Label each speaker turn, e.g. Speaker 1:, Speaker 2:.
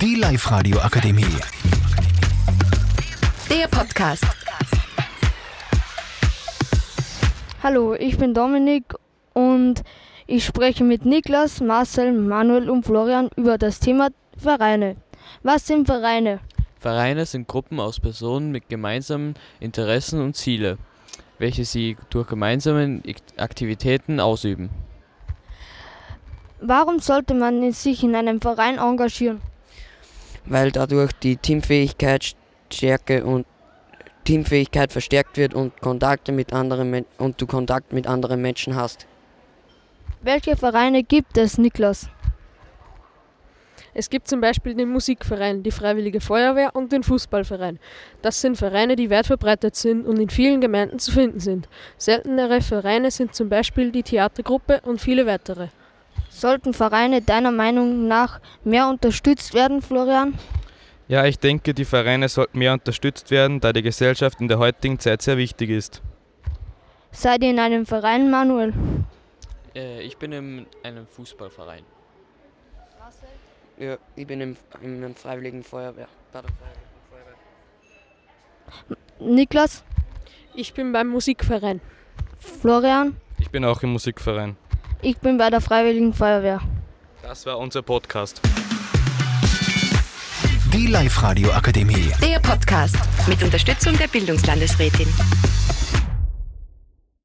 Speaker 1: Die Live-Radio Akademie.
Speaker 2: Der Podcast.
Speaker 3: Hallo, ich bin Dominik und ich spreche mit Niklas, Marcel, Manuel und Florian über das Thema Vereine. Was sind Vereine?
Speaker 4: Vereine sind Gruppen aus Personen mit gemeinsamen Interessen und Ziele, welche sie durch gemeinsame Aktivitäten ausüben.
Speaker 3: Warum sollte man in- sich in einem Verein engagieren?
Speaker 5: weil dadurch die Teamfähigkeit stärke und Teamfähigkeit verstärkt wird und Kontakte mit anderen Men und du Kontakt mit anderen Menschen hast.
Speaker 3: Welche Vereine gibt es, Niklas?
Speaker 6: Es gibt zum Beispiel den Musikverein, die Freiwillige Feuerwehr und den Fußballverein. Das sind Vereine, die weit verbreitet sind und in vielen Gemeinden zu finden sind. Seltenere Vereine sind zum Beispiel die Theatergruppe und viele weitere.
Speaker 3: Sollten Vereine deiner Meinung nach mehr unterstützt werden, Florian?
Speaker 7: Ja, ich denke, die Vereine sollten mehr unterstützt werden, da die Gesellschaft in der heutigen Zeit sehr wichtig ist.
Speaker 3: Seid ihr in einem Verein, Manuel?
Speaker 4: Äh, ich bin in einem Fußballverein.
Speaker 5: Ja, ich bin im, in der Freiwilligen Feuerwehr. Bei der Freiwilligen Feuerwehr.
Speaker 3: Niklas?
Speaker 6: Ich bin beim Musikverein.
Speaker 3: Florian?
Speaker 7: Ich bin auch im Musikverein.
Speaker 3: Ich bin bei der Freiwilligen Feuerwehr.
Speaker 7: Das war unser Podcast.
Speaker 1: Die Live-Radio Akademie.
Speaker 2: Der Podcast mit Unterstützung der Bildungslandesrätin.